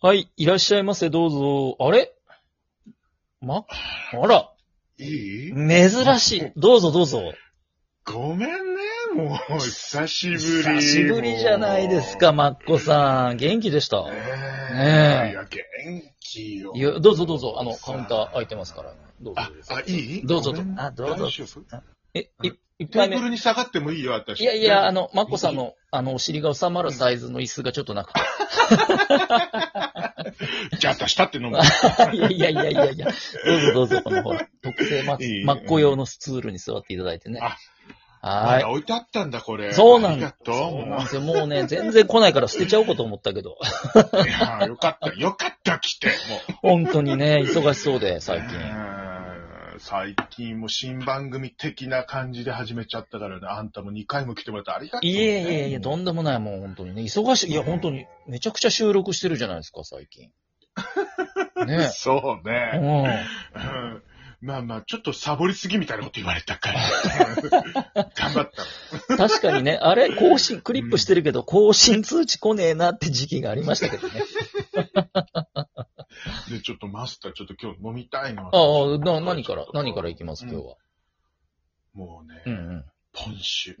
はい、いらっしゃいませ、どうぞ。あれま、あら、いい珍しい。どうぞどうぞ。ごめんね、もう、久しぶり。久しぶりじゃないですか、マッコさん。元気でしたもう。。ねねええ。いや、元気よ。いやどうぞどうぞ、あの、カウンター開いてますから。どうぞあ。、あ、いいどうぞどうぞごめんあどうぞ大丈夫え、い一テ杯ー目ブ。ルに下がってもいいよ、私。いやいや、あの、マッコさんの、あの、お尻が収まるサイズの椅子がちょっとなく て。じゃあ、私立って 飲む。いやいやいやいやいや。どうぞどうぞ、このほら、特製マいいマッコ用のスツールに座っていただいてね。あはまーいだ。置いてあったんだ、これ。そうなあんりでがすとう。そうなんもですよ。もうね、全然来ないから捨てちゃおうかと思ったけど。ういや、よかった、よかった、来て。もう。 本当にね、忙しそうで、最う近。ーん最近も新番組的な感じで始めちゃったからね、あんたも2回も来てもらってありがとう、ね。いえいえいえ、どんんでもない、もう本当にね。忙しい。いや、本当に、めちゃくちゃ収録してるじゃないですか、最 近。 ね。そうね。ううんまあまあ、ちょっとサボりすぎみたいなこと言われ たから。頑張ったの。ん。確かにね、あれ、更新、クリップしてるけど、更新通知来ねえなって時期がありましたけど ね。で、ちょっとマスター、ちょっと今日飲みたいな。ああ、な、何から、何からいきます、うん今日は。もうね、うんうん。ポン酒。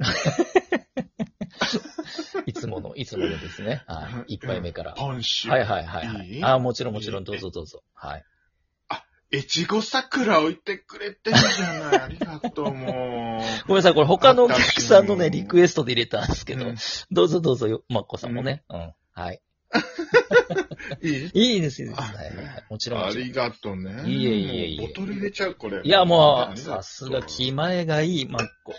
いつもの、いつものですね。はい。一杯目から。ポン酒。はいはいはいはいい。いああ、もちろんもちろん、どうぞどうぞ。はい。越後桜置いてくれてるじゃない。ありがとう、もう。ごめんなさい、これ他のお客さんのね、リクエストで入れたん ですけうどん、どうぞどうぞよ、マッコさんもね。うん。はい。いいいいです、いいです。あはいはいはい。もちろんもあちろん。りがとうね。いえいえいえもうボトル入れちゃう、これ。いや、もあう、りがとさうすが気前がいい、マッコ。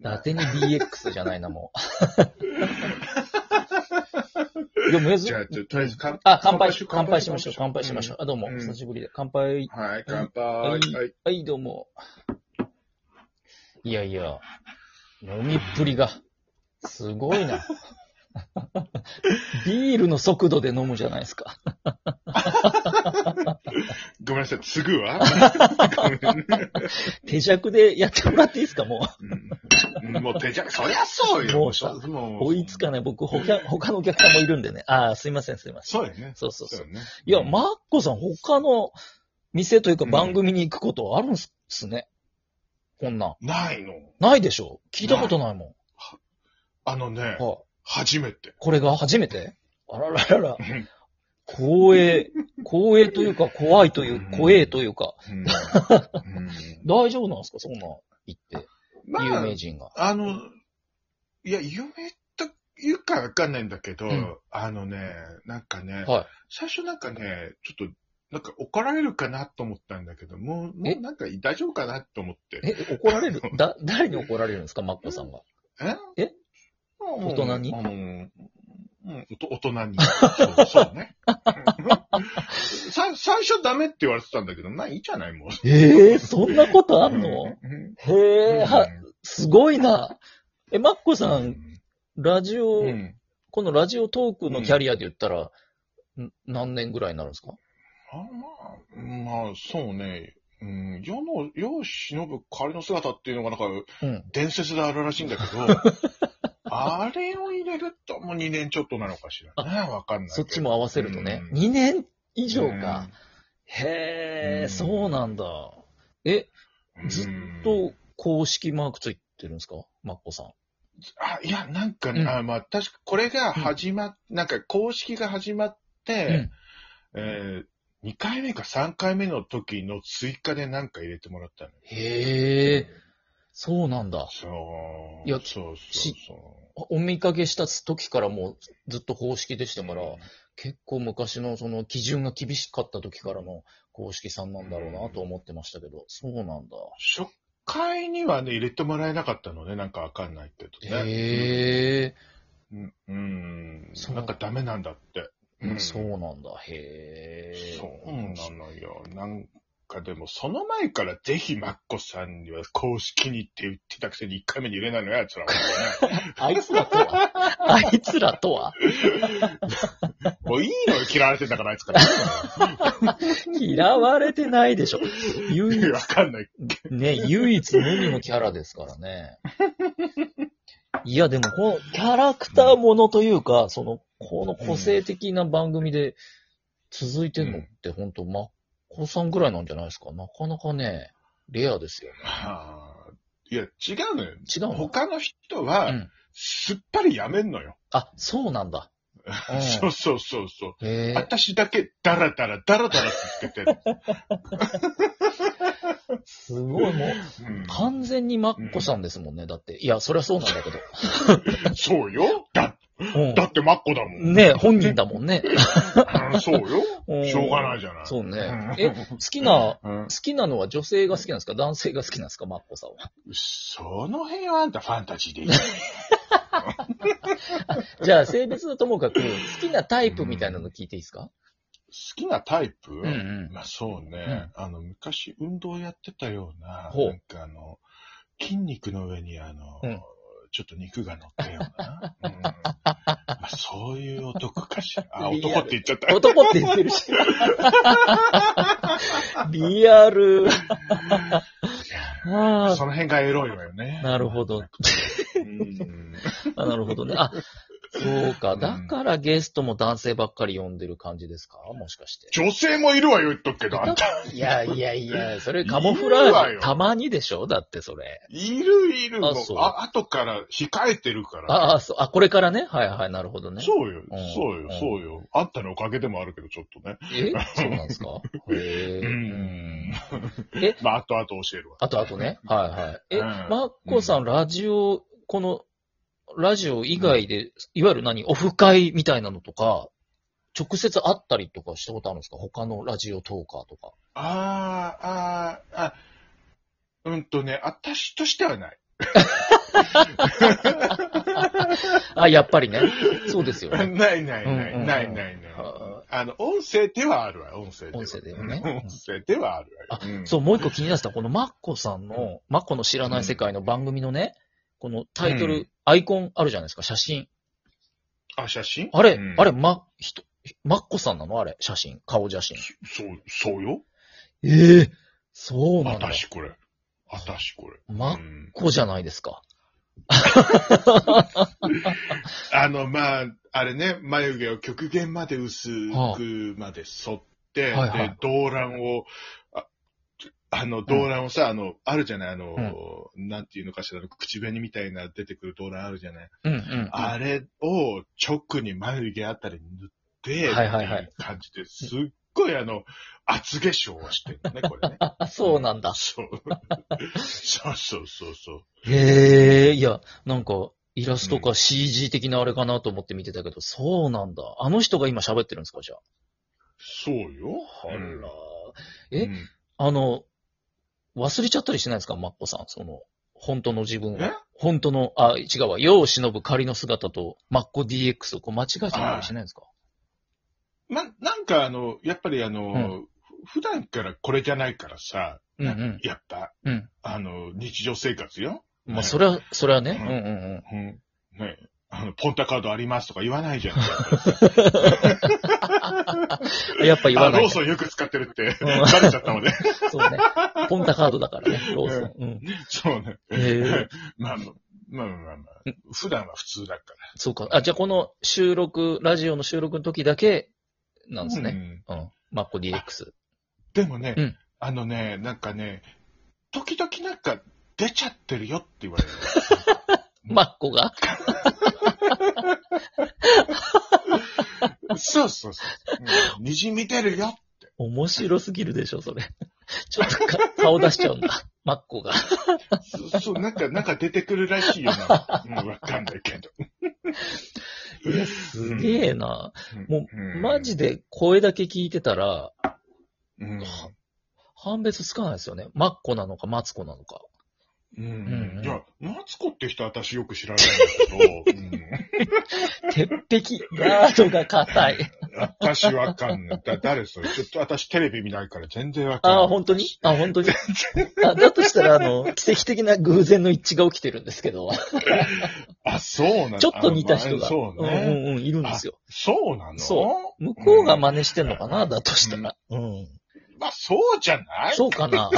伊達に DX じゃないな、も う。いや、珍しいじゃあ、ちょっととりあえず乾あ、乾杯し、乾杯しましょう、乾杯しましょう。。んあ、どうも、うん久しぶりで。乾杯。はい、乾杯。ははいい。はい、どうも。いやいや、飲みっぷりが、すごい な。ビールの速度で飲むじゃないですか。ごめんなさい、継ぐわ。手酌でやってもらっていいですか、もうんもう手じゃ、そりゃそうよ。もうさもう。追いつかない。僕、他、他のお客さんもいるんでね。ああ、すいません、すいません。そうよね。そうそうそう。よね。いや、マッコさん、他の店というか番組に行くことあるんすね。こんなん。ないの。ないでしょ聞いたことないもあのねん。、はい。初めて。これが初めてあららららん。光栄。光栄というか、怖いという、怖えというか。うん大丈夫なんですかそんなん言って。ま有あ名、人が。あの、いや、有名というかわかんないんだけどうん、あのね、なんかね、はい。最初なんかね、ちょっと、なんか怒られるかなと思ったんだけど、もう、もえうなんか大丈夫かなと思って。え、怒られ るだ、誰に怒られるんですかマッコさんが。ええ大人にあの、うん、おと大人に。 そうそうね。さ最初ダメって言われてたんだけど、まあいいじゃない、もう。ええそんなことあんうのんへえ、は、すごいな。え、マッコさ、うんんラジオ、うんこのラジオトークのキャリアで言ったら、ん何年ぐらいになるんですかあまあ、まあ、そうね。うん、世の、世を忍ぶ仮の姿っていうのがなんかうん。伝説であるらしいんだけど、 あれを入れるともう2年ちょっとなのかしらね。わかんないけど。そっちも合わせるとね。うん2年以上か。へうえ、んそうなんだ。え、うん。ずっと公式マークついてるんですかマッコさん。あ、いや、なんかね、うんあまあ、確か、これが始まっ、なんか、公式が始まって、えー、2回目か3回目の時の追加でなんか入れてもらったのよ。へえ、そうなんだ。そう。いやそうそうしそう。お見かけした時からもうずっと公式でしたから、うん結構昔のその基準が厳しかった時からの公式さんなんだろうなと思ってましたけど、そうなんだ。初回にはね、入れてもらえなかったのね、なんかわかんないけどね。へえ、うん。うんそうなんかダメなんだって。んそうなんだ。へえ。そうなのよ。なんかでも、その前からぜひマッコさんには公式にって言ってたくせに1回目に入れないのやつらはね。あいつらと はあいつらとはもういいのよ、嫌われてん だからあいつから。嫌われてないでしょ。唯い一やわかんない。 ね、唯一無二のキャラですからね。いや、でも、このキャラクターものというか、その、この個性的な番組で続いてんのって本当、まっこさんぐらいなんじゃないですか。なかなかね、レアですよね。はあ。いや、違うのよ。違うの他の人うはん、すっぱりやめんのよ。あ、そうなんだ。そうそうそうそう。うん、へえ。私だけ、ダラダラ、ダラダラって言ってて。すごいもう、うん完全にマッコさんですもんね。だって。いや、そりゃそうなんだけど。そうよ。だ、うんだってマッコだもん。ねえ本人だもんね。うんそう よ。しょうがないい。じゃない。そうね。え、好きな、うん好きなのは女性が好きなんですか男性が好きなんですかマッコさんは。その辺はあんたファンタジーでいい。じゃあ、性別はともかく、好きなタイプみたいなの聞いていいですか好きなタイプ、うんうん。まあそうね、あの、昔運動やってたような、ほうなんかあの、筋肉の上にあの、うんちょっと肉が乗ったよう な、うんまあ、そういう男かしら。あ、リアル男って言っちゃった。男って言ってるし。リアル。 あその辺がエロいわよね。なるほどうん。あ、なるほどね。あ、そうか。うんだからゲストも男性ばっかり呼んでる感じですかもしかして。女性もいるわよ、言っとくけど、 あんた。いやいやいや、それカモフいるわラージよュ、たまにでしょだってそれ。いるいる。あもうそうあ、後から控えてるから。ああ、そう、あ、これからね。はいはい、なるほどね。そうよ、うんそうようん、そうよ。あんたのおかげでもあるけど、ちょっとね。えそうなんですかへえ。うんえ、まあ、後々教えるわ。あとあとね。はいはい。え、うんマッコさん、ラジオ、この、ラジオ以外で、いわゆる何、オフ会みたいなのとか、直接会ったりとかしたことあるんですか他のラジオトーカーとか。あー、あー、あ、うんとね、私としてはない。あ、やっぱりね。そうですよなねい。ないないうんなうんういんないない。ああの、音声ではあるわ、音声では。音声ではね うん音声ではあるわ。あう、んそう、もう一個気になってた、このマッコさんの、マッコの知らない世界の番組のね、このタイトル、うんアイコンあるじゃないですか、写真。あ、写真あれ、うんあれ、ま、人、マッコさんなのあれ、写真、顔写真。そう、そうよ。ええそうなんだ。マッ私これ。私これ。うんコじゃないですか。あの、まあ、あれね、眉毛を極限まで薄くまで剃って、はあはいはいで、動乱を、ああの、動乱をさ、あの、あるじゃない、あの、なんていうのかしら、あの口紅みたいな出てくる動乱あるじゃない。うんうん。あれを直に眉毛あたりに塗って、はいはいはいってう感じですっごいあの、厚化粧をしてるのね、これね。あ、 そうなんだ。そう。 そうそうそうそう。へえ、いや、なんか、イラストか CG 的なあれかなと思って見てたけど、そうなんだ。あの人が今喋ってるんですか、じゃあ。そうよ。あら、うんえうんあの、忘れちゃったりしないですか、マッコさん。その、本当の自分えは。本当の、あ、違うわ。世を忍ぶ仮の姿と、マッコ DX をこう間違えちゃったりしないんですかま、なんかあの、やっぱりあの、うふ普段からこれじゃないからさ、うんうん。やっぱ、うん。あの、日常生活よ。まねあ、それは、それはね。ううんんうんうん。うん。ねあの、ポンタカードありますとか言わないじゃん。やっぱ 言わなあ、いローね。ソンよく使ってるって、うんバレちゃった ので。そうね。ポンタカードだからね、ローソン。うん。そうね。へえ。 まあ、まあまあまあ、普段は普通だかそうか。あ、じゃあこの収録、ラジオの収録の時だけ、なら。んですうね。んうん。マッコ DX。でもね、うんあのね、なんかね、時々なんか出ちゃってるよって言 われる。マッコが そうそうそう。にじみ出るよ。面白すぎるでしょ、それ。ちょっとか顔出しちゃうんだ。マッコが。そそう、なんか、なんか出てくるらしい よな。うん、わかんないけど。いや、すげえな。もうマジで声だけ聞いてたら、うん。判別つかないですよね。マッコなのか、マツコなのか。ううんん。いや、マツコって人私よく知らないんだけど、うん、鉄壁、ガードが硬い。私わかんない。だ誰それちょっと私テレビ見ないから全然わかんない。ああ、本当にあ、本当にあだとしたら、あの、奇跡的な偶然の一致が起きてるんですけど、あ、そうなのちょっと似た人が、あそうね。うんうんうん、いるんですよ。そうなのそ向こうが真似してんのかな、うんだとしたら。うん。う。まあ、そうじゃないそうかな。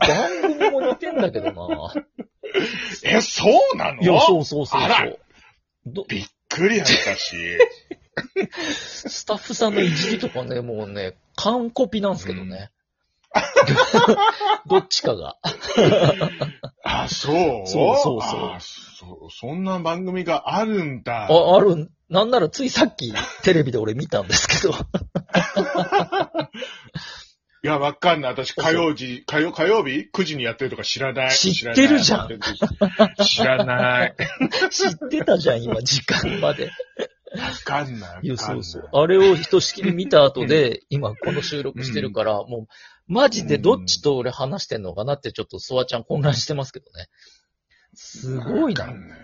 番組も似てんだけど な。え、そうなのいや、そうそうそうあそらう。どびっくりやったし。スタッフさんのいじりとかね、もうね、完コピなんですけどね。 どっちかが。あ、そうそうそうそうあそ。そんな番組があるんだ。あ、ある、なんならついさっきテレビで俺見たんですけど。いや、わかんない。私、火曜時、火曜、火曜日 ?9 時にやってるとか知らない。知ってるじゃん知らない。知らない。知ってたじゃん、今、時間まで。わかんない。 いや、わかんそなうそう。あれをひとしきり見た後で、今この収録してるから、もう、マジでどっちと俺話してんのかなって、ちょっとソワちゃん混乱してますけどね。すごいわかな。んない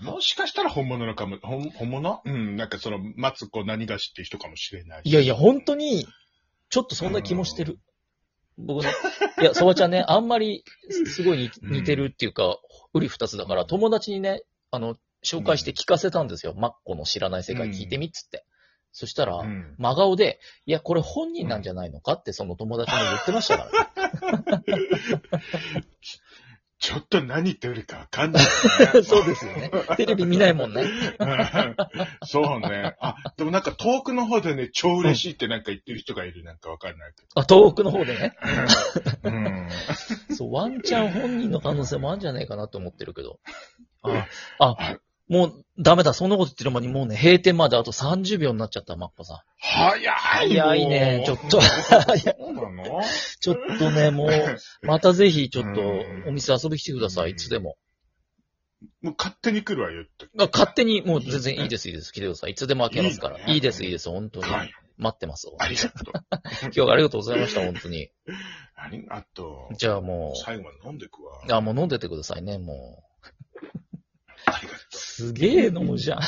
もしかしたら本物のかも、本本物うん、なんかその、マツコ何がしって人かもしれない。いやいや、本当に、ちょっとそんな気もしてる。僕ね、い や、ソワちゃんね、あんまり、すごい似似てるっていうか、うり二つだから、友達にね、あの、紹介して聞かせたんですよ。マッコの知らない世界聞いてみっつって。そしたら、うん。真顔で、いや、これ本人なんじゃないのかって、その友達に言ってましたからね。ちょっと何言ってるかわかんない、 そうですよね。テレビ見ないもんね。 うん そうね。あ、でもなんか遠くの方でね、超嬉しいってなんか言ってる人がいる。なんかわかんないけあ、東北の方でね。ど。うん。そう、ワンチャン本人の可能性もあるんじゃないかなと思ってるけど。あ、あ、もうダメだ。そんなこと言ってる間にもうね、閉店まであと30秒になっちゃった、マッコさん。早い早いね。ちょっと、 そうなのちょっとね、もう、またぜひちょっとうんお店遊びに来てください。いつでも。もう勝手に来るわよって。あ勝手に、もう全然いいです、いいです。来てください。いつでも開けますから。いいねいいです、いいです。本当に。はい。待ってます。ありがとう。今日はありがとうございました、本当に。ありがとじゃあもう。最後まで飲んでくわ。う、あ、もう飲んでてくださいね、もう。 ありがとう。すげえ飲むじゃん。